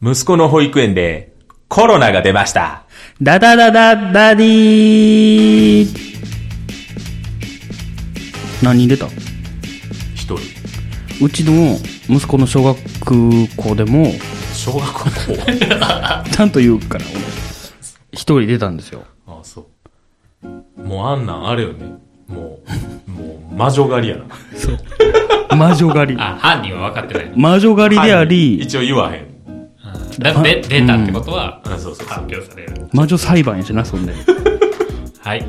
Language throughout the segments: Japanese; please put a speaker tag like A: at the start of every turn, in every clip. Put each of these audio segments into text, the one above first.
A: 息子の保育園でコロナが出ました。
B: ダダダダダディー何人出た
A: 一人。
B: うちの息子の小学校でも、
A: 小学校
B: ちゃんと言うから、俺一人出たんですよ。
A: ああ、そう。もうあんなんあれよね。もう、もう魔女狩りやな。
B: 魔女狩り。
C: あ、犯人は分かってない。
B: 魔女狩りであり、
A: 一応言わへん。
C: だで、出たってことは、
A: あそうそうそ
C: 発
A: う。
C: 表される。
B: 魔女裁判やしな、そんで。
C: はい。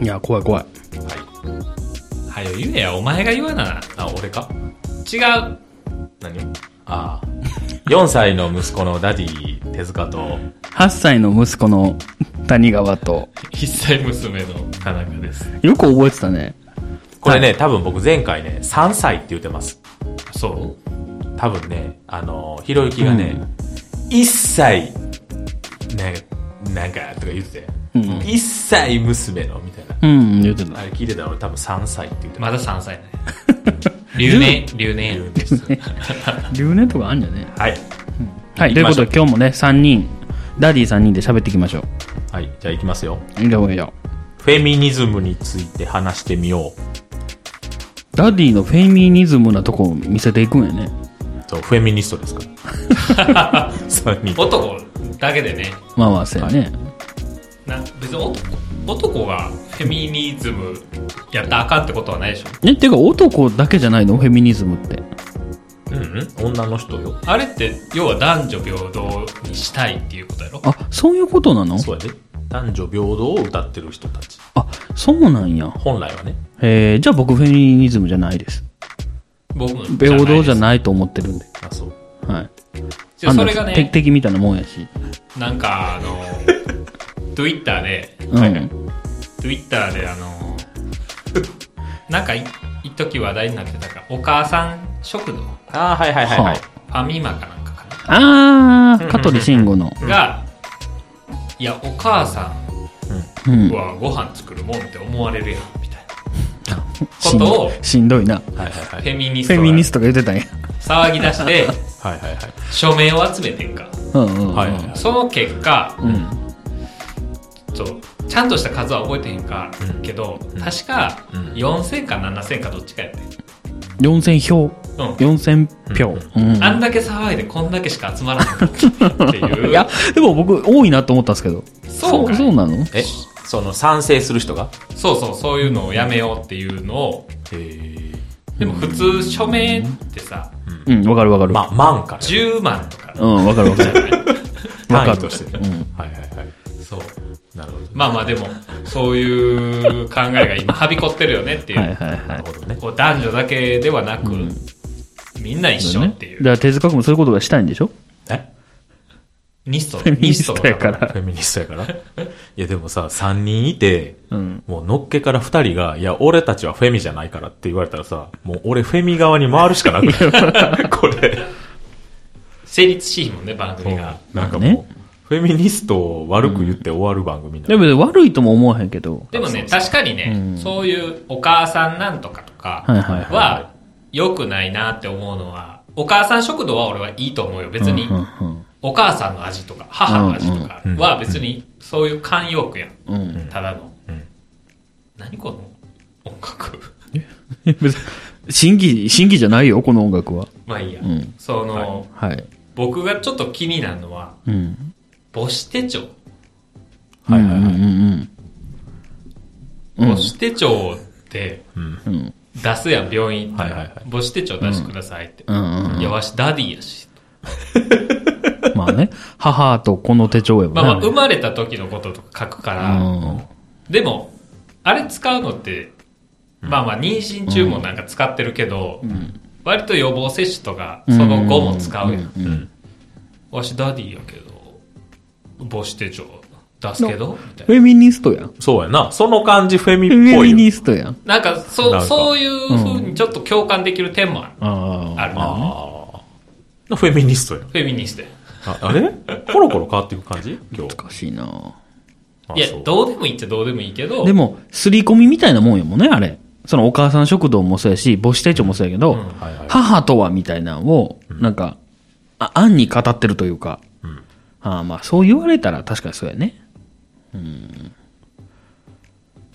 B: いや、怖い怖い。
C: はよ言えや、お前が言わな。
A: あ、俺か
C: 違う。
A: 何ああ。4歳の息子のダディ手塚と
B: 8歳の息子の 谷川と、
C: 一歳娘の田中です。
B: よく覚えてたね。
A: これね、多分僕前回ね、3歳って言ってます。
C: そ
A: 多分ね、あのひろゆきがね、一切、ね、なんか、とか言ってて、一切娘の、みたいな。
B: うん、言ってた
A: あ。れ聞いてたら俺多分3歳って言って
C: う。
A: ま
C: まだ3歳ね。 留年、留年。
B: 留年とかあんじゃね
A: す。はい。
B: はい、ということで今日もね、3人、ダディ3人で喋っていきましょう。
A: はい、じゃあ行きますよ。
B: いいよいいよ。
A: フェミニズムについて話してみよう。
B: ダディのフェミニズムなとこを見せていくんやね。
A: そう、フェミニストです から。3人。
C: 男だけでね。
B: まあまあ、そうやね。
C: な別に男男がフェミニズムやったらあかんってことはないでしょ。
B: え、てか男だけじゃないのフェミニズムって。
A: うん、うん、女の人よ。
C: あれって、要は男女平等にしたいっていうことやろ
B: あ、そういうことなの
A: そうやで。男女平等を歌ってる人たち。
B: あ、そうなんや。
A: 本来はね。
B: えー、じゃあ僕フェミニズムじゃないです。
C: 僕も
B: 平等じゃ
C: い
B: ないと思ってるんで。
A: あ、そう。
B: はい。
C: です。それが
B: あんなて
C: ね、
B: 敵みたいなもんやし。
C: なんかあの、Twitter で、
B: うん。
A: はいはい
C: Twitter であの、なんかい一時話題になってたから、お母さん食堂、フ
A: あーはいはいはいはい。
C: ァミマかなんかかな
B: あー、香取慎吾の。
C: が、いや、お母さ
B: うん
C: ん。はご飯作るもんって思われるやん、みたいな。
B: しん
C: ことを
B: しんどいな。
A: はいはいはい。
C: フェミニ
B: フ
C: スト
B: ェ
C: が
B: ミニストが言ってたんや。
C: 騒ぎ出して、
A: はいはいはい。
C: 署名を集めてんか。
B: うんうんうん。
A: はいはいはい
C: その結果、
B: うん。
C: そうちゃんとした数は覚えてへんか、けど、確か
A: うん
C: 4000か7000かどっちかやってん
B: 4000票。
C: うん
B: 4000票。うん。
C: あんだけ騒いでこんだけしか集まらなかったっていう
B: いや、でも僕、多いなと思ったんですけど。
C: そうかい
B: そうなの
A: え、その賛成する人が
C: そうそうそういうのをやめようっていうのを
A: え
C: でも普通署名ってさ、
B: うん、わかるわかる。
A: ま、万から。
C: 10万とか
B: うん、わかるわか る。わか
A: 単位
B: る
A: として。
B: うん
A: はいはいはい。
C: そう
A: なるほど。
C: まあまあでもそういう考えが今はびこってるよねっていう,、
B: はいはいは
A: ないる。ほどね。
C: こう男女だけではなく、みんな一緒ってい
B: だか
C: う
B: ら手塚君もそういうことがしたいんでしょ
A: え
C: ニスト
B: フェミ
C: ニ
B: ニ
C: ス
B: ス
C: ト
B: トやから
A: フ。ェミニストやから。いやでもさ、3人いて、
B: うん。
A: もうのっけから2人が、いや、俺たちはフェミじゃないからって言われたらさ、もう俺フェミ側に回るしかなく ないこれ。
C: 成立しひんもんね番組が
A: なんか
B: まあね
A: もう、フェミニストを悪く言って終わる番組にな
B: で
A: る。
B: もね悪いとも思わへんけど。
C: でもね、確かにね、そういうお母さんなんとかとか
B: はいはいはい
C: は良くないなって思うのは、お母さん食堂は俺はいいと思うよ。別に
B: う、んうん
C: お母さんの味とか、母の味とかは別に、そういう慣用句やん。
B: うん。うん。
C: ただの
A: ん。
C: 何この音楽
B: 別に新規、新規じゃないよ、この音楽は。
C: まあいいや
B: ん。
C: その、
B: はい。
C: 僕がちょっと気になるのは、
B: うん。
C: 母子手帳。
A: はいはいはい。
B: うんうんうん。う
C: 母
B: ん。
C: 子手帳って
B: うん。
C: 出すやん、病院行った
A: はいはいは
C: ら
A: い。
C: 母子手帳出してくださいって
B: う。んうん。
C: いや、わしダディやし。
B: まあね、母と子の手帳やもん
C: まあまあ、
B: ね
C: 生まれた時のこととか書くから、でも、あれ使うのって、まあまあ、妊娠中もなんか使ってるけど、割と予防接種とか、
B: ん
C: その後も使うやん。
B: うん。うん
C: わしダディやけど、母子手帳出すけど、みたい
B: フェミニストやん。フ
A: そうやな。その感じフェミっぽ
B: ェ
A: い
B: ミ
A: よ。
B: ニストやん。
C: な。なんか、そ
A: なんか
C: う、そういう風にちょっと共感できる点もある。
B: あ
C: あるな。
A: ああ。フェミニストや。
C: フェミニストや。
A: ああれコロコロ変わっていく感じ今日。
B: 難しいな。
A: あ
C: いや
A: そ、う
C: どうでもいいっちゃどうでもいいけど、
B: でも、刷り込みみたいなもんやもんね、あれ。そのお母さん食堂もそうやし、母子手帳もそうやけど、
C: ん
A: はいはい
B: 母とはみたいなのを、なんか、あ暗に語ってるというか、ああまあそう言われたら確かにそうやね。
C: だ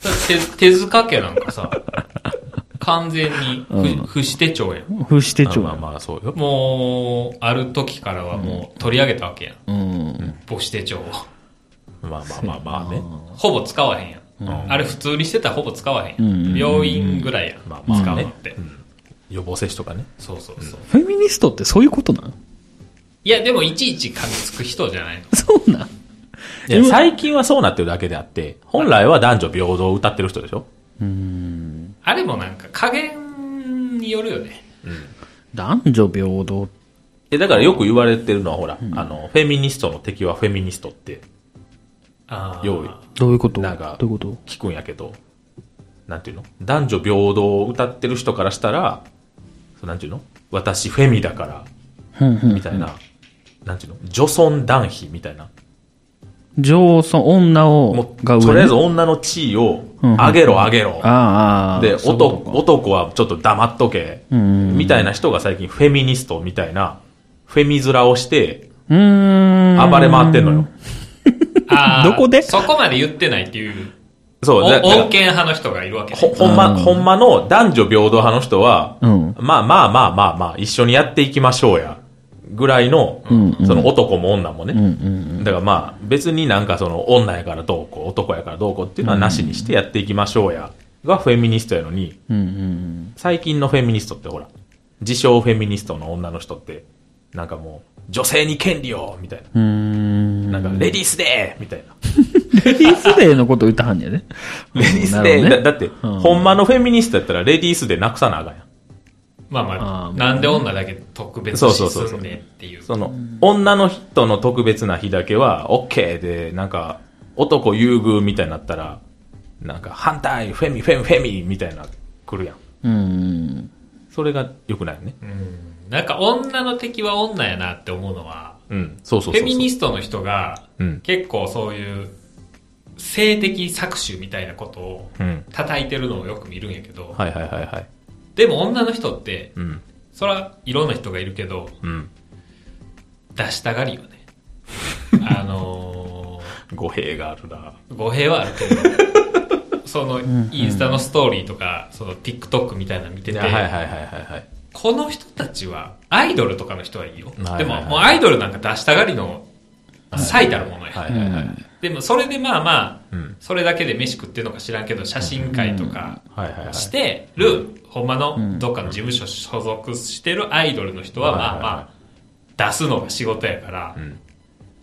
C: って手手塚家なん かさ、完全に不,、不死手帳やん。
B: 不死手
A: まあ
B: 帳
A: まあ
B: や。
A: まあ、そうよ。
C: もう、ある時からはもう取り上げたわけ
B: う
C: やん。
B: ん。
C: 母子手帳を。
A: まあまあまあまあね。
C: ほぼ使わへんやん。あれ普通にしてたらほぼ使わへんやん。病院ぐらいやん。
A: まあまあね
C: 使うのって。
A: 予防接種とかね。
C: そうそうそう。
B: フェミニストってそういうことなん
C: いや、でもいちいち噛みつく人じゃないの。
B: そうなん
A: いや最近はそうなってるだけであって、本来は男女平等を歌ってる人でしょ
C: あれもなんか加減によるよね。
B: 男女平等。
A: え、だからよく言われてるのは、ほら、あの、フェミニストの敵はフェミニストって、
C: ああ。
A: よう
B: どういうこと
A: なんか
B: どういうこと
A: 聞くんやけど、なんていうの男女平等を歌ってる人からしたら、そうなんていうの私フェミだから、
B: うんうん
A: み。たいな、なんていうの女尊男卑みたいな。
B: 上尊、女を
A: も、う、
B: が上ね。
A: とりあえず女の地位を
B: うんうん
A: 上げろ上げろ。
B: ああああ。
A: で、
B: そういうこと
A: 男、男はちょっと黙っとけ。
B: ん
A: みたいな人が最近フェミニストみたいな、フェミ面をして
B: うーん。
A: 暴れ回ってんのよ。
C: あー
B: どこで
C: そこまで言ってないっていう、
A: そう、
C: お
A: だだから
C: 穏健派の人がいるわけね
A: ほ、ほんま、ほんまの男女平等派の人は、
B: うん
A: まあまあまあまあまあ、一緒にやっていきましょうや。ぐらいの、その男も女もね、だからまあ、別になんかその女やからどうこう、男やからどうこうっていうのはなしにしてやっていきましょうや。がフェミニストやのに、
B: うんうん
A: 最近のフェミニストってほら、自称フェミニストの女の人って、なんかもう、女性に権利をみたい
B: うん。うーん。
A: な。なんか、レディースデーみたいな。
B: レディースデーのこと言ったはんねやね。
A: レディース
B: なる
A: デー、
B: ほど
A: だ
B: ね
A: だって、
B: うん
A: ほんまのフェミニストやったら、レディースデーなくさなあかんやん。
C: まあまあ
B: あー
C: なんで女だけ特別
A: そう
C: 視
A: そうそう
C: す
A: そうん
C: ねんっていう。
A: その、女の人の特別な日だけは、OK で、なんか、男優遇みたいになったら、なんか、反対、フェミ、フェミ、フェミ、みたいな、来るやん。
B: うん。
A: それが良くないよね。
C: うんなんか女の敵は女やなって思うのは、
A: うん、そうそうそうそう。
C: フェミニストの人が
A: うん
C: 結構そういう性的搾取みたいなことを
A: うん。
C: 叩いてるのをよく見るんやけど、
A: はいはいはいはい。
C: でも女の人って、
A: うん。
C: そらいろんな人がいるけど、
A: うん。
C: 出したがりよ ね。あの
A: 語弊があるな。
C: ー語弊はあるけ ど、そのインスタのストーリーとか、その TikTok みたいなの見て
A: い
C: て、
A: やはいはいはいはいはい。
C: この人たちは、アイドルとかの人はいいよ。
A: はいはい
C: でも、もうアイドルなんか出したがりの最たるものや。
A: はいはいはい。
C: でも、それでまあまあ、
A: うん
C: それだけで飯食ってるのか知らんけど、写真会とか
A: はいはいはい。
C: してる、ほんまのどっかの事務所所属してるアイドルの人は、
A: はいはい
C: ま
A: は
C: あ
A: い
C: まあ、出すのが仕事やから
A: ん、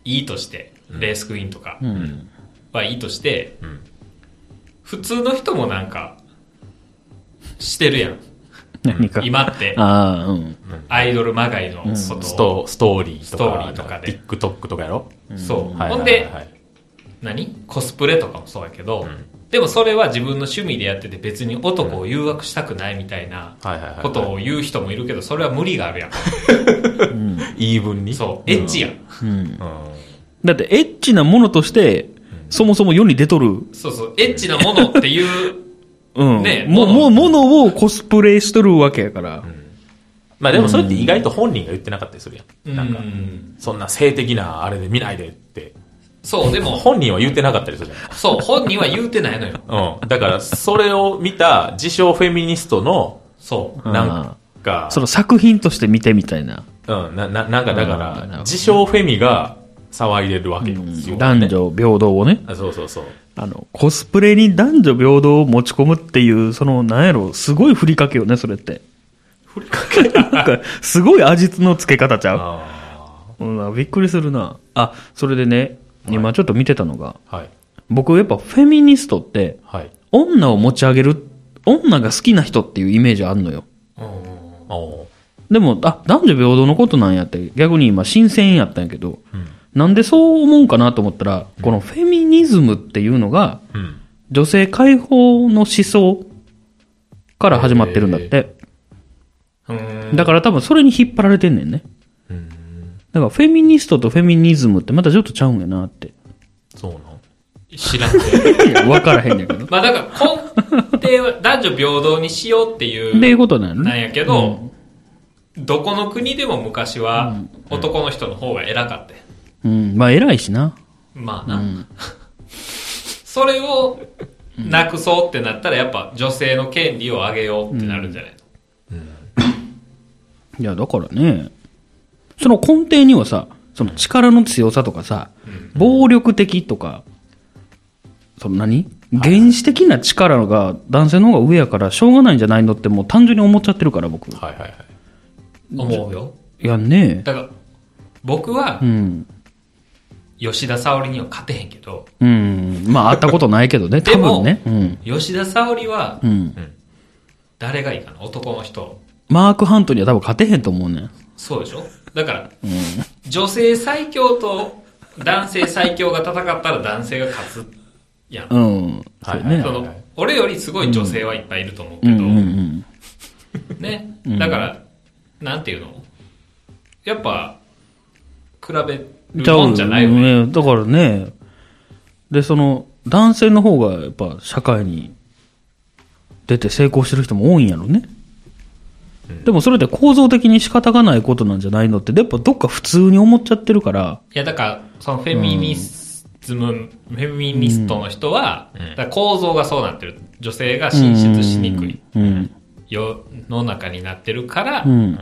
C: いいとして、レースクイーンとか
B: うん。
C: はいいとして
A: ん、
C: 普通の人もなんか、してるやん。
B: 何か。
C: 今って。
B: ああ、うん。
C: アイドルまがいのことを
A: ストストーリーとか、
C: ストーリーとかで
A: TikTok とかやろ、
C: そう、
A: はいはい
C: ほん
A: はい
C: で
A: はい
C: 何コスプレとかもそうやけど、でもそれは自分の趣味でやってて別に男を誘惑したくないみたいな
A: はいはいはい
C: ことを言う人もいるけどそれは無理があるやん、
A: 言い分に
C: そうエッチやん、
B: うん。
A: うん、うん
B: だって、エッチなものとして、そもそも世に出とる。
C: そうそうエッチなものっていう
B: うん。
C: ねえ
B: も、も、
C: もの
B: ものをコスプレしとるわけやから。
A: まあでもそれって意外と本人が言ってなかったりするやん、
C: う ん
A: なんかそんな性的なあれで見ないでって
C: そうでも
A: 本人は言ってなかったりするやん
C: そう本人は言うてないのよ
A: うん、だからそれを見た自称フェミニストの
C: そう
A: なんか
B: その作品として見てみたいな。
A: うん、なななんかだ
B: あ
A: か
B: ーなるほ
A: ら
B: ど
A: 自称フェミが騒いでるわけよ、
B: 男女平等をね。
A: あそうそうそう
B: あの、コスプレに男女平等を持ち込むっていう、その、なんやろ、すごいふりかけよね、それって。ふりかけなんか、すごい味の付け方 ちゃう。
A: あ
B: うん、びっくりするな。あ、それでね、今ちょっと見てたのが、
A: あはい
B: 僕やっぱフェミニストって、
A: はい
B: 女を持ち上げる、女が好きな人っていうイメージあんのよ。
A: おー
B: でも、あ、男女平等のことなんやって、逆に今新鮮やったんやけど、
A: ん
B: なんでそう思うんかなと思ったら、このフェミニズムっていうのが、
A: うん
B: 女性解放の思想から始まってるんだって。
C: うん
B: だから多分それに引っ張られてんねんね。だからフェミニストとフェミニズムってまたちょっとちゃうんやなって。
A: そうなん
C: 知らん けど
B: いやわからへん ねんけど。
C: まあだから根底は男女平等にしようっていう
B: っていうことなの
C: なん
B: ね。
C: やけど、どこの国でも昔は男の人の方が偉かったよ
B: うん。まあ、偉いしな。
C: まあな。 それをなくそうってなったらやっぱ女性の権利を上げようってなるんじゃないの、
B: いや、だからね、その根底にはさ、その力の強さとかさ、暴力的とか、その何原始的な力が男性の方が上やからしょうがないんじゃないのってもう単純に思っちゃってるから僕。い
A: はいはいはい。
C: 思うよ。
B: やね
C: だから僕は
B: うん。
C: 吉田沙保里には勝てへんけど、
B: うん。まあ会ったことないけどね、
C: で
B: 多
C: も
B: 分ね。うん。
C: 吉田沙保里は
B: うん。
C: 誰がいいかな男の人。
B: マークハントには多分勝てへんと思うねん。
C: そうでしょだから、女性最強と男性最強が戦ったら男性が勝つやん。
B: うん。
A: はい
B: そうね
C: その俺よりすごい女性はいっぱいいると思うけ
B: うん
C: ど、
B: うんうん。
C: ね。だから、なんていうのやっぱ、比べるもんじゃないよね。
B: ね。だからね、で、その、男性の方がやっぱ社会に出て成功してる人も多いんやろね。でもそれって構造的に仕方がないことなんじゃないのって、やっぱどっか普通に思っちゃってるから、
C: いや、だから、そのフェミニズム、フェミニストの人は、だから構造がそうなってる。女性が進出しにくい
B: うん。
C: 世の中になってるから、
B: うん。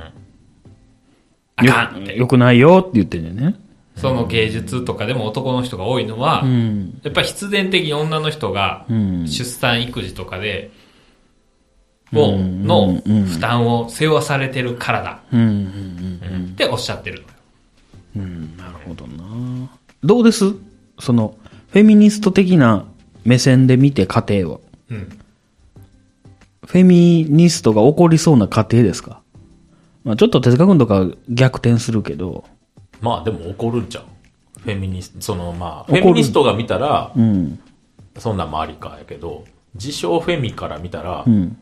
C: あかんって。
B: よくないよって言ってんだよね。
C: その芸術とかでも男の人が多いのは、
B: うん。
C: やっぱり必然的に女の人が
B: うん。
C: 出産育児とかで、もう、の負担を背負わされてるからだ
B: うん。うん。
C: っておっしゃってるの
B: う
C: よ。
B: ん。なるほどな。どうですその、フェミニスト的な目線で見て家庭は。
C: うん。
B: フェミニストが起こりそうな家庭ですかまあちょっと手塚くんとか逆転するけど、
A: まあでも怒るんちゃうフェミニスト、そのまあ、フ
B: 怒る
A: ェミニストが見たら
B: う、ん。
A: そんなんもありかやけど、自称フェミから見たら
B: う、ん。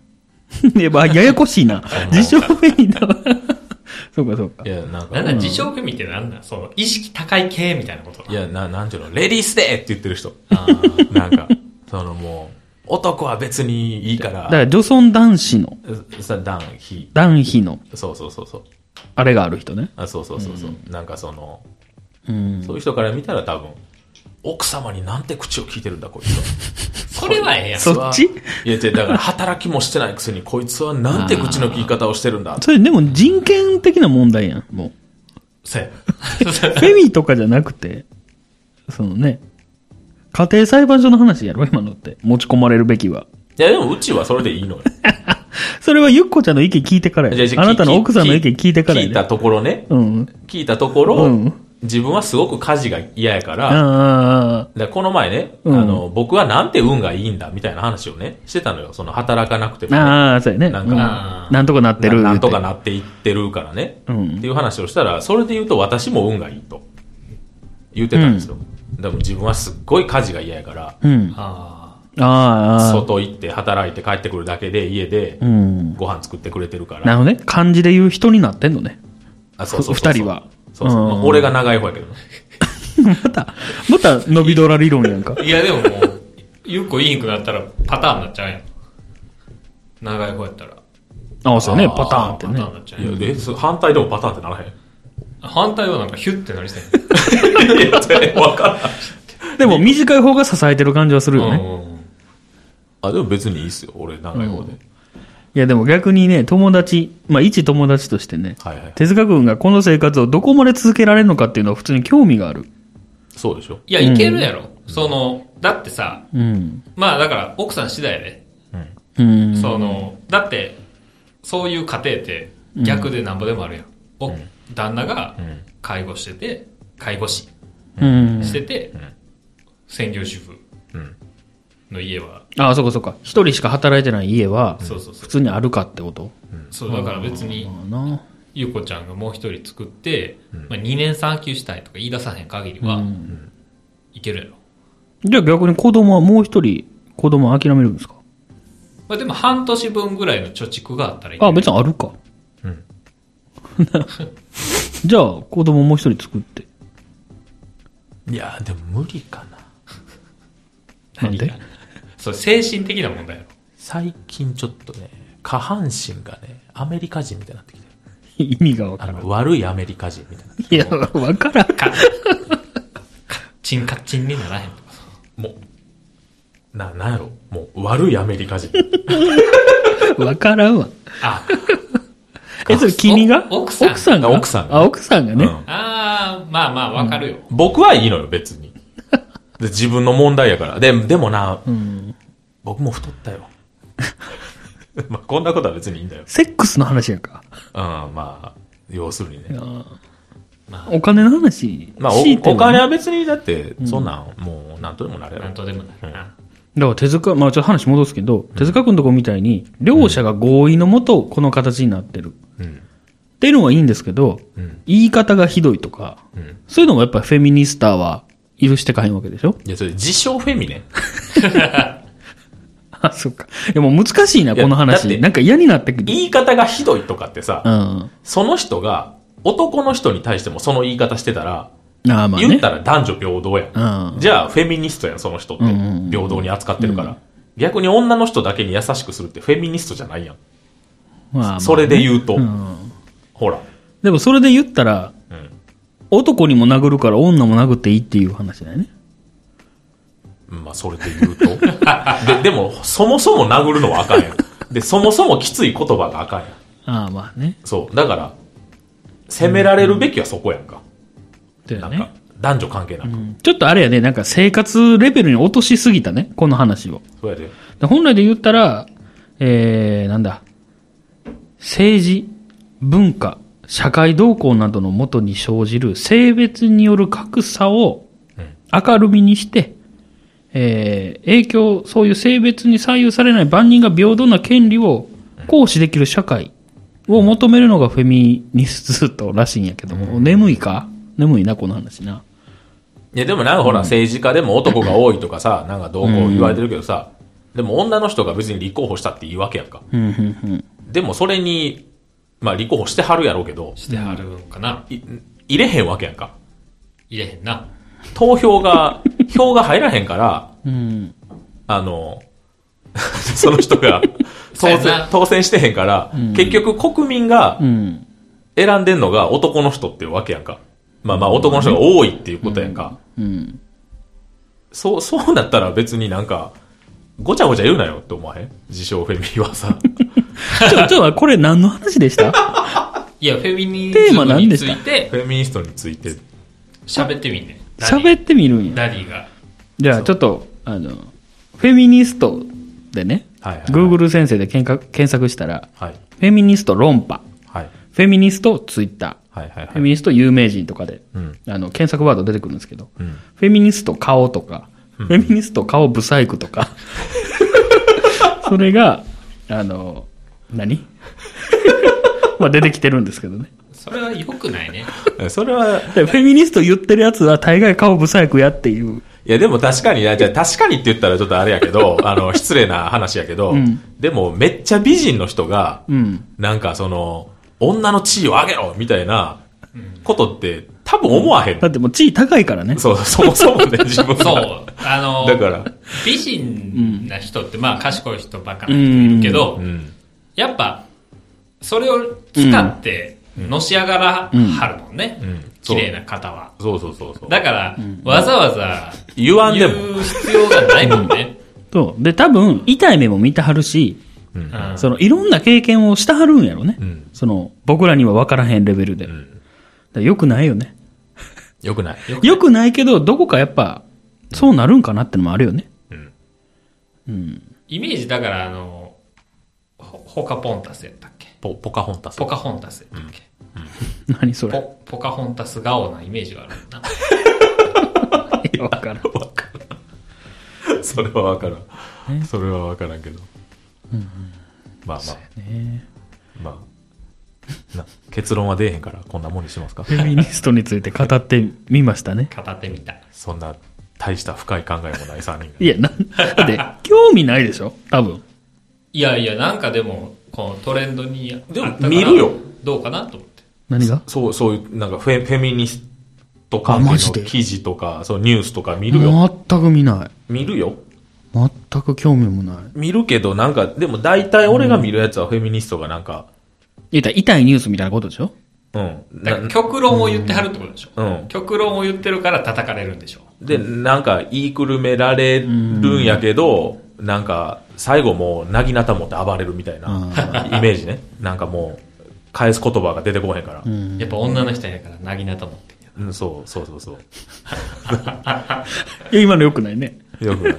B: いや、まあ、ややこしいな。自称フェミだわ。 そうか、そうか
A: い。や、なんか
C: なん、だ、自称組ってなんだその、意識高い系みたいなこと
A: いや、な、なんていうの、レディースデーって言ってる人。なんか、そのもう、男は別にいいか、
B: だからら、女尊男子の、
A: さ、男、非。
B: 男妃の、
A: そうそうそうそう。
B: あれがある人ね。
A: あそうそうそうそう。なんかその、
B: うん。
A: そういう人から見たら多分、奥様になんて口を聞いてるんだ、こいつは。
C: それはええや ん。
B: そっち
A: いや、違うだから働きもしてないくせに、こいつはなんて口の聞き方をしてるんだ。
B: それ、でも人権的な問題やん、も
C: そうや。
B: う。フェミとかじゃなくて、そのね、家庭裁判所の話やろ、今のって。持ち込まれるべきは。
A: いや、でもうちはそれでいい のよ。
B: それはゆっこちゃんの意見聞いてから
A: じゃ
B: や
A: じ。ゃ
B: あなたの奥さんの意見聞いてからや
A: 聞いた
B: で。
A: ところね。
B: うん。
A: 聞いたところ、
B: うん
A: 自分はすごく家事が嫌やから、だか
B: あ
A: らこの前ね、
B: うん
A: あの、僕はなんて運がいいんだ、みたいな話をね、してたのよ。その働かなくて
B: あ、
A: もね、
B: ああ、そうやね。
A: な
B: なん
A: か
C: あー
B: んとかなってる。
A: ななんとか
B: な。
A: なっていってるからね、
B: う
A: っ
B: ん
A: て。いう話をしたら、それで言うと私も運がいいと言ってたんですよ。でも自分はすっごい家事が嫌やから、
B: うん。
C: あ
B: あーあー。
A: 外行って働いて帰ってくるだけで家で
B: うん。
A: ご飯作ってくれてるから。
B: なるほどね。漢字で言う人になってんのね。
A: あ
B: 二人は。
A: そうそう。
B: うん
A: まあ俺が長い方やけどね。
B: また、また、伸びドラ理論やんか
C: あ。。いや、でももう、ゆっこいいんくなったらパターンになっちゃうやん。長い方やったら。
B: ああ、そうやね。
A: あー
B: パターンって
C: パターンに
B: ね。
C: なっちゃう
A: い
C: や
A: や、で、そ反対でもパターンってならへん。
C: ん。反対はなんかヒュッてなりそ う
A: いや、全然わからん。
B: でも、短い方が支えてる感じはする
C: や
B: よ
C: ん
B: ね。
A: あ、でも別にいいっすよ。俺、長い方で。
B: いや、でも逆にね、友達、まあ、一友達としてね、
A: はいはい。
B: 手塚君がこの生活をどこまで続けられるのかっていうのは普通に興味がある。
A: そうでしょ。
C: いや、いけるやろ。その、だってさ、
B: うん。
C: まあだから奥さん次第で、
B: うん。
C: その、だって、そういう家庭って逆でなんぼでもあるやん。お旦那が
A: ん
C: 介護してて、介護士
B: うん。
C: してて、専業主婦
A: うん
C: の家は、
B: ああ、そうかそうか。一人しか働いてない家は、
C: そうそうそ
B: 普
C: う。
B: 通にあるかってこと
C: そう、だから別に、
B: まあな。
C: ゆうこちゃんがもう一人作って、まあ、2年産休したいとか言い出さへん限りは、いけるやろ。
B: じゃあ逆に子供はもう一人、子供は諦めるんですか
C: まあでも半年分ぐらいの貯蓄があったらいい。
B: あ、別にあるか。
A: うん。
B: じゃあ子供もう一人作って。
A: いや、でも無理かな。
B: なんで
C: そう、精神的な問題やろ。
A: 最近ちょっとね、下半身がね、アメリカ人みたいになってきてる。
B: 意味がわか
A: あ
B: らん。
A: の悪いアメリカ人みたいない
B: や、わからん。
C: カッカッチンカッチンにならへんとかさ
A: もうななんやろもう悪いアメリカ人
B: わからんわ。
C: あ
B: え、それ君が
C: お奥さん
B: 奥さんが
A: あ奥さんが
B: あ、奥さんがね。
A: うん
C: あーまあまあわかるよ、
A: 僕はいいのよ、別 に。で自分の問題やから。で、でもな、僕も太ったよ。 まあ、こんなことは別にいいんだよ。
B: セックスの話やんか。
A: うん、まあ、要するにね。
B: お金の話。
A: まあ、
B: 強いて
A: おお
B: は
A: 金は別に、だって、そんなん、もう、なんとでもなれ
C: なん
A: る。
C: とでもなるな、
B: だから手塚、まあちょっと話戻すけど、手塚くんとこみたいに、両者が合意のもと、この形になってる。
A: うん。
B: っていうのはいいんですけど、
A: うん
B: 言い方がひどいとか、
A: うん
B: そういうのもやっぱりフェミニスタは許してかへんわけでしょ
A: いや、それ、自称フェミね。
B: あ、そっか。いやもう難しいな、
A: いや
B: この
A: だって
B: 話。なんか嫌になってくる。
A: 言い方がひどいとかってさ、
B: うん。あ
A: その人が、男の人に対してもその言い方してたら、
B: あ、まあ
A: 言っ
B: ね。
A: たら男女平等やん。
B: うん。
A: じゃあ、フェミニストやん、その人って
B: うんうんう。ん
A: 平等に扱ってるから。逆に女の人だけに優しくするってフェミニストじゃないやん。
B: まあ、
A: それで言うと
B: う。ん。
A: ほら。
B: でもそれで言ったら、
A: うん。
B: 男にも殴るから女も殴っていいっていう話だよね。
A: まあ、それで言う と。で、でも、そもそも殴るのはあかんやん。で、そもそもきつい言葉があかんやん。
B: ああ、まあね。
A: そう。だから、責められるべきはそこやんか。
B: だよ
A: なん
B: ね
A: か。、男女関係なく。
B: ちょっとあれやね、なんか生活レベルに落としすぎたね、この話を。
A: そうやで。
B: で本来で言ったら、えー、なんだ、政治、文化、社会動向などのもとに生じる性別による格差を
A: うん
B: 明るみにして、えー影響、そういう性別に左右されない万人が平等な権利を行使できる社会を求めるのがフェミニストらしいんやけども、眠いか眠いな、この話な。
A: いや、でもなんかほら、政治家でも男が多いとかさ、なんかどうこう言われてるけどさ、でも女の人が別に立候補したっていいわけやんか。
B: うん、うん、うん。
A: でもそれに、まあ、立候補してはるやろうけど、
C: してはるのかない
A: 入れへんわけやんか。
C: 入れへんな
A: 投票が、 票が入らへんから、
B: うん。
A: あの、 その人が当
C: そうや
A: 選
C: な
A: 当選してへんから、結局国民が
B: うん。
A: 選んでんのが男の人っていうわけやんか。まあまあ男の人が多いっていうことやんか。
B: うん。
A: そう、そうなったら別になんか、ごちゃごちゃ言うなよって思わへん自称フェミはさ。
B: ちょ、ちょ、これ何の話でした
C: いやフェミニ
B: テ
C: ズ
B: ーマ
C: ム
B: 何
C: に
B: でし
C: つ
B: た
C: いて
A: フェミニストについて。
C: 喋ってみんね
B: 喋ってみるんや。
C: ダディが
B: じゃあちょっと、あの、フェミニストでね、
A: はいはいはい
B: Google 先生で検索検索したら、
A: はい。
B: フェミニスト論破、
A: はい。
B: フェミニストツイッタ
A: はいはい
B: ー、
A: は
B: フェ
A: い。
B: ミニスト有名人とかで、
A: うん。
B: あの、検索ワード出てくるんですけど、
A: うん。
B: フェミニスト顔とか、フェミニスト顔ブサイクと か、それが、あの、 何まあ出てきてるんですけどね。
C: それは良くないね
A: えそれは、
B: でフェミニスト言ってるやつは大概顔ブサイクやっていう。
A: いやでも確かにな、じゃあ確かにって言ったらちょっとあれやけ ど、あの、失礼な話やけど、でもめっちゃ美人の人が、
B: うん。
A: なんかその、女の地位を上げろみたいなことって多分思わへん
B: だ。ってもう地位高いからね。
A: そう、そもそも ね、自分が。
C: そうあ の
A: だから
C: 美人な人ってまあ賢い人ばっかな人いるけど、
A: うん。
C: やっぱそれを使ってのし上がらはるもんね、
A: ん
C: 綺麗な方は
A: そうそうそうそう。
C: だから、わざわざ
A: 言わんで
C: 言
A: も。
C: う必要がないもんね、
B: そう。で、多分、痛い目も見てはるし、
A: うん
C: うん
B: その、いろんな経験をしてはるんやろね。
A: うん
B: その、僕らには分からへんレベルで。だからよくないよね。
A: よくない。
B: よくないけど、どこかやっぱ、そうなるんかなってのもあるよね。
C: イメージだからあのほホカポンタスやったっけ
A: ポポカホンタス。
C: ポカホンタスやったっけ、
B: 何それ。
C: ポポカホンタス顔なイメージがあるも
B: 分
C: んな
B: からん。
A: それはわからん。それはわからんけど。まあまあ。まあ。な結論は出えへんから、こんなもんにしますか。
B: フェミニストについて語ってみましたね。
C: 語ってみたい
A: そんな大した深い考えもない3人が。
B: いや、なん、だって、興味ないでしょ多分。
C: いやいやなんかでもこのトレンドにあったから
A: でも見るよ
C: どうかなと思って
B: 何が
A: そう、そういう、なんかフェフェミニスト関
B: あマジ
A: 係
B: で
A: の記事とか、そうニュースとか見るよ。
B: 全く見ない。
A: 見るよ。
B: 全く興味もない。
A: 見るけど、なんか、でも大体俺が見るやつはフェミニストがなんか、
B: 言ったら痛いニュースみたいなことでしょ
A: うん。
C: だ
A: な
C: から極論を言ってはるってことでしょ。
A: うん
C: 極論を言ってるから叩かれるんでしょ。
A: で、なんか、言いくるめられるんやけど、なんか、最後もう、なぎなた持って暴れるみたいな、イメージね。なんかもう、返す言葉が出てこへんから。
C: やっぱ女の人やから、なぎなと思ってんや
A: うん、そう、そうそうそう。
B: いや、今の良くないね。
A: よくない。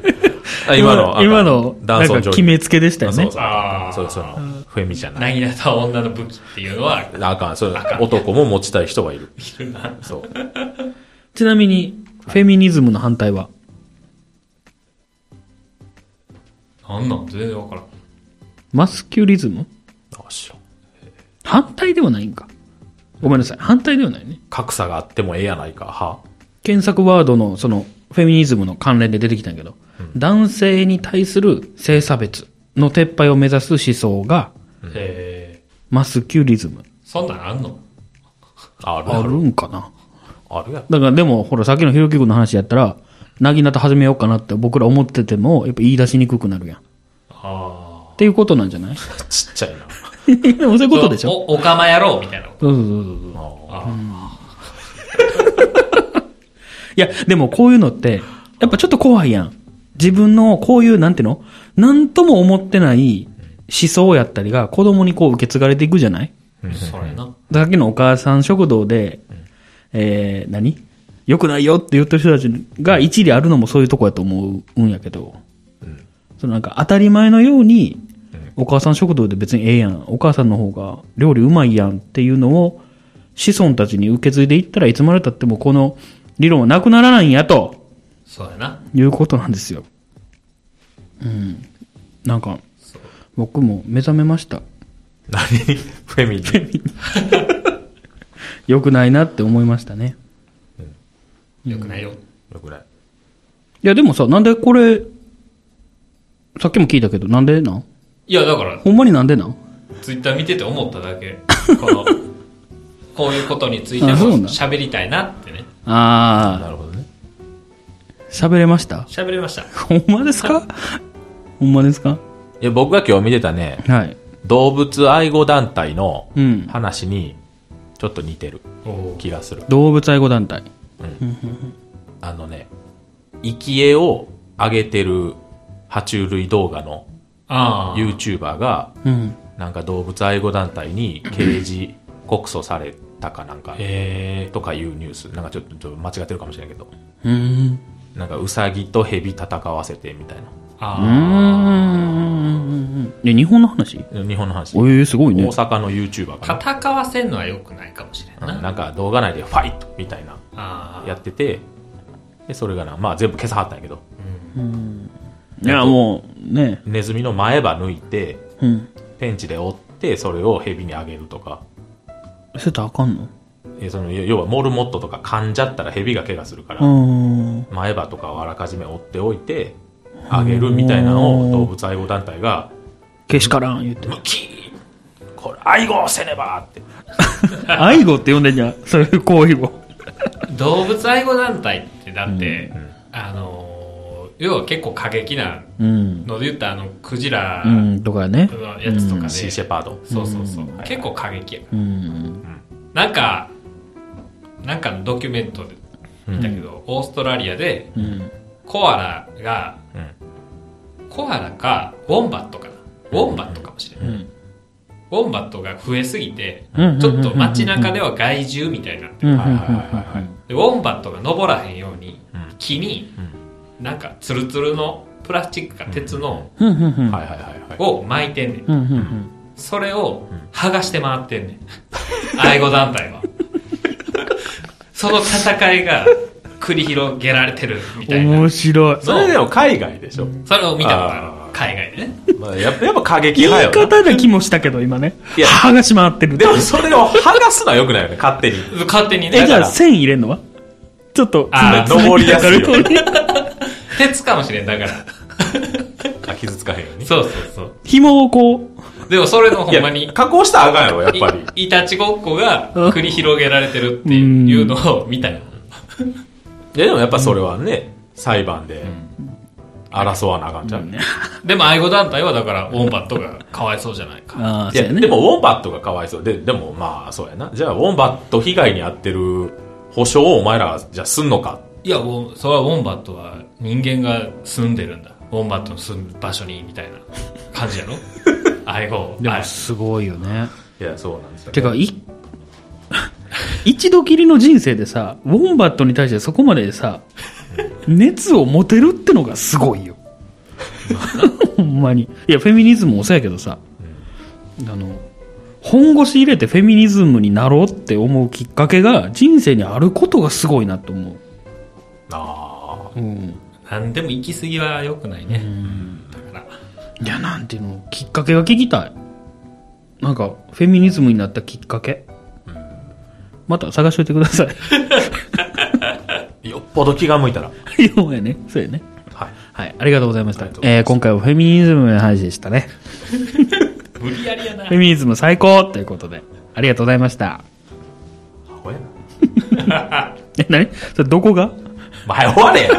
A: あ今の、あ
B: 今の、
A: 男
B: な
A: 装
B: んか
A: 上
B: 決めつけでしたよ
A: あそ
B: ね
A: う。そう
C: あー
A: そうそうそう。ふえみちゃんな。
C: なぎなとは女の武器っていうのは、
A: あかん、それ、男も持ちたい人はいる。
C: いるな
A: そう。
B: ちなみに、フェミニズムの反対は
C: なんなん全然わからん。
B: マスキュリズム
A: あ知らん
B: 反対ではないんか。ごめんなさい。反対ではないね。
A: 格差があってもええやないか、は
B: 検索ワードの、その、フェミニズムの関連で出てきたんやけど、男性に対する性差別の撤廃を目指す思想が、
C: え
B: マスキュリズム。
C: ー、そんなんあんの
A: ある
B: あ
A: や
B: る
A: ろ。
B: んかな
A: あるやろ。
B: だからでも、ほら、さっきのひろき君の話やったら、なぎなた始めようかなって僕ら思ってても、やっぱ言い出しにくくなるやん。っ
C: ああ。
B: ていうことなんじゃない
A: ちっちゃいな。
B: でもそういうことでしょ
C: お、おかまやろうみたいなこと。
B: そうそうそうそう。
C: あ
B: いや、でもこういうのって、やっぱちょっと怖いやん。自分のこういう、なんていうのなんとも思ってない思想やったりが子供にこう受け継がれていくじゃない
C: ーそれな。
B: さっきのお母さん食堂で、えー、何良くないよって言ってる人たちが一理あるのもそういうとこやと思うんやけど、そのなんか当たり前のように、お母さん食堂で別にええやん、お母さんの方が料理うまいやんっていうのを子孫たちに受け継いでいったらいつまでたってもこの理論はなくならないんやと
C: そうやな。
B: いうことなんですよ。うん。なんか、僕も目覚めました。
A: 何 フェミニン。
B: 良くないなって思いましたね。
C: よくないよ。
A: よくない。
B: いや、でもさ、なんでこれ、さっきも聞いたけど、なんでなん
C: いや、だから、
B: ほんまになんでなん
C: ツイッター見てて思っただけ。こ の、こういうことについて
B: あそうな
C: も
B: んだ
C: 喋りたいなってね。
B: あ
A: なるほどね。
B: あ、喋れました
C: 喋れました。
B: ほんまですかほんまですか
A: いや、僕が今日見てたね、
B: はい。
A: 動物愛護団体の
B: うん。
A: 話に、ちょっと似てる
C: お
A: 気がする。
B: 動物愛護団体。
A: あのね、生き餌をあげてる爬虫類動画の
C: ああ。
A: YouTuber が、
B: うん。
A: なんか動物愛護団体に刑事告訴されたかなんか、
C: え
A: とかいうニュース。なんかちょっとちょっと間違ってるかもしれないけど、
B: うーん。
A: なんかウサギとヘビ戦わせてみたい
B: う
C: ー、
B: ー
C: あ
B: ん。え、日本の話え
A: な。日本の話。
B: え
A: 大
B: すごいね。
A: 阪の YouTuber
C: あ。
A: かな。
C: 戦わせんのは良くないかもしれんな。
A: うんなんか動画内でファイトみたいな。
C: ああ。
A: やってて、でそれがな、まあ全部消さはったんやけど、
B: いや、もう、ね。
A: ネズミの前歯抜いて、
B: うん。
A: ペンチで折って、それをヘビにあげるとか、
B: 捨てたらあかんの
A: えその要要はモルモットとか噛んじゃったらヘビが怪我するから、
B: うーん。
A: 前歯とかをあらかじめ折っておいて、あげるみたいなのを動物愛護団体が、
B: けしからん、言って
A: ム。キーンこれ愛護せねばって。
B: 愛護って呼んでんじゃん。そういう行為を。
C: 動物愛護団体ってだって、あのー、要は結構過激な
B: うん。
C: ので言ったらあの、クジラ
B: うん、とかね。
C: のやつとかね。
A: シーシェパード。
C: そうそうそう。結構過激やから
B: うん。
C: なんか、なんかのドキュメントで見たけど、オーストラリアで、
B: うん。
C: コアラが、
A: うん
C: コアラか、ウォンバットかな。ウォンバットかもしれない。
B: うん
C: ウォンバットが増えすぎて、
B: うん
C: ちょっと街中では害獣みたいになって
B: うん
C: る。
B: うん
A: はいはいはいはい。
C: でウォンバットが登らへんように、
A: ん
C: 木に、なんかツルツルのプラスチックか鉄の
B: うんうんうん
A: はいはいはいはい。
C: を巻いてんねん。
B: うんうんうん
C: それを剥がして回ってんねん。愛護団 体は。その戦いが繰り広げられてるみたいな。
B: 面白い。
A: それでも海外でしょ。
C: それを見たことあ
A: あ
C: る。海外でね。
A: まあ、やっぱやっぱ過激
B: 言い
A: 派よな。
B: 方な気もしたけど、今ね。
A: いや
B: 歯がしまってるって
A: でもそれを剥がすのは良くないよね、勝手に。
C: 勝手に
B: え、
C: ね。
B: じ
C: だ
B: ゃ
C: か
B: あ線入れんのはちょっと、
C: あー
B: 爪
A: 登りやすいよ
B: 爪引っかかる
C: ら鉄かもしれん。だから。
A: あ傷つかへんように。
C: そうそうそう。
B: 紐をこう、
C: でもそれのほ
A: い
C: んまに
A: や、、加工したらあかんやろ、やっぱり。
C: いいたちごっこが繰り広げられてるっていうのを見たよ。
A: いやでもやっぱそれはね、裁判で争わなあかんじゃん。い
C: でも愛護団体はだから、ウォンバットがかわいそうじゃないか。
B: ああ、そう
A: や、
B: やね。
A: でもウォンバットがかわいそう。で、でもまあ、そうやな。じゃあ、ウォンバット被害に遭ってる保証をお前らは、じゃあすんのか。
C: いや、ウォンそれはウォンバットは人間が住んでるんだ。ウォンバットの住む場所に、みたいな感じやろ愛護。
B: で
C: あ
B: も、すごいよね。
A: いや、そうなんですよ、
B: てか、い、一度きりの人生でさ、ウォンバットに対してそこまでさ、熱を持てるってのがすごいよ。 ほんまに。いや、フェミニズムもそうやけどさ、あの、本腰入れてフェミニズムになろうって思うきっかけが人生にあることがすごいなと思
A: あ
B: う。うん。
C: なんでも行き過ぎは良くないね。だから。
B: いや、なんていうの、きっかけが聞きたい。なんか、フェミニズムになったきっかけ。また探しといてください。
A: あ。よっぽど気が向いたら。
B: そうやね。そうやね。
A: はい。
B: はい、ありがとうございました
A: ありがと。うござい
B: えー今回はフェミニズムの話でしたね。
C: 無理やりやな
B: フ。ェミニズム最高ということで、ありがとうございました。
A: 母親な
B: え、なにそれどこが
A: まあ、終われや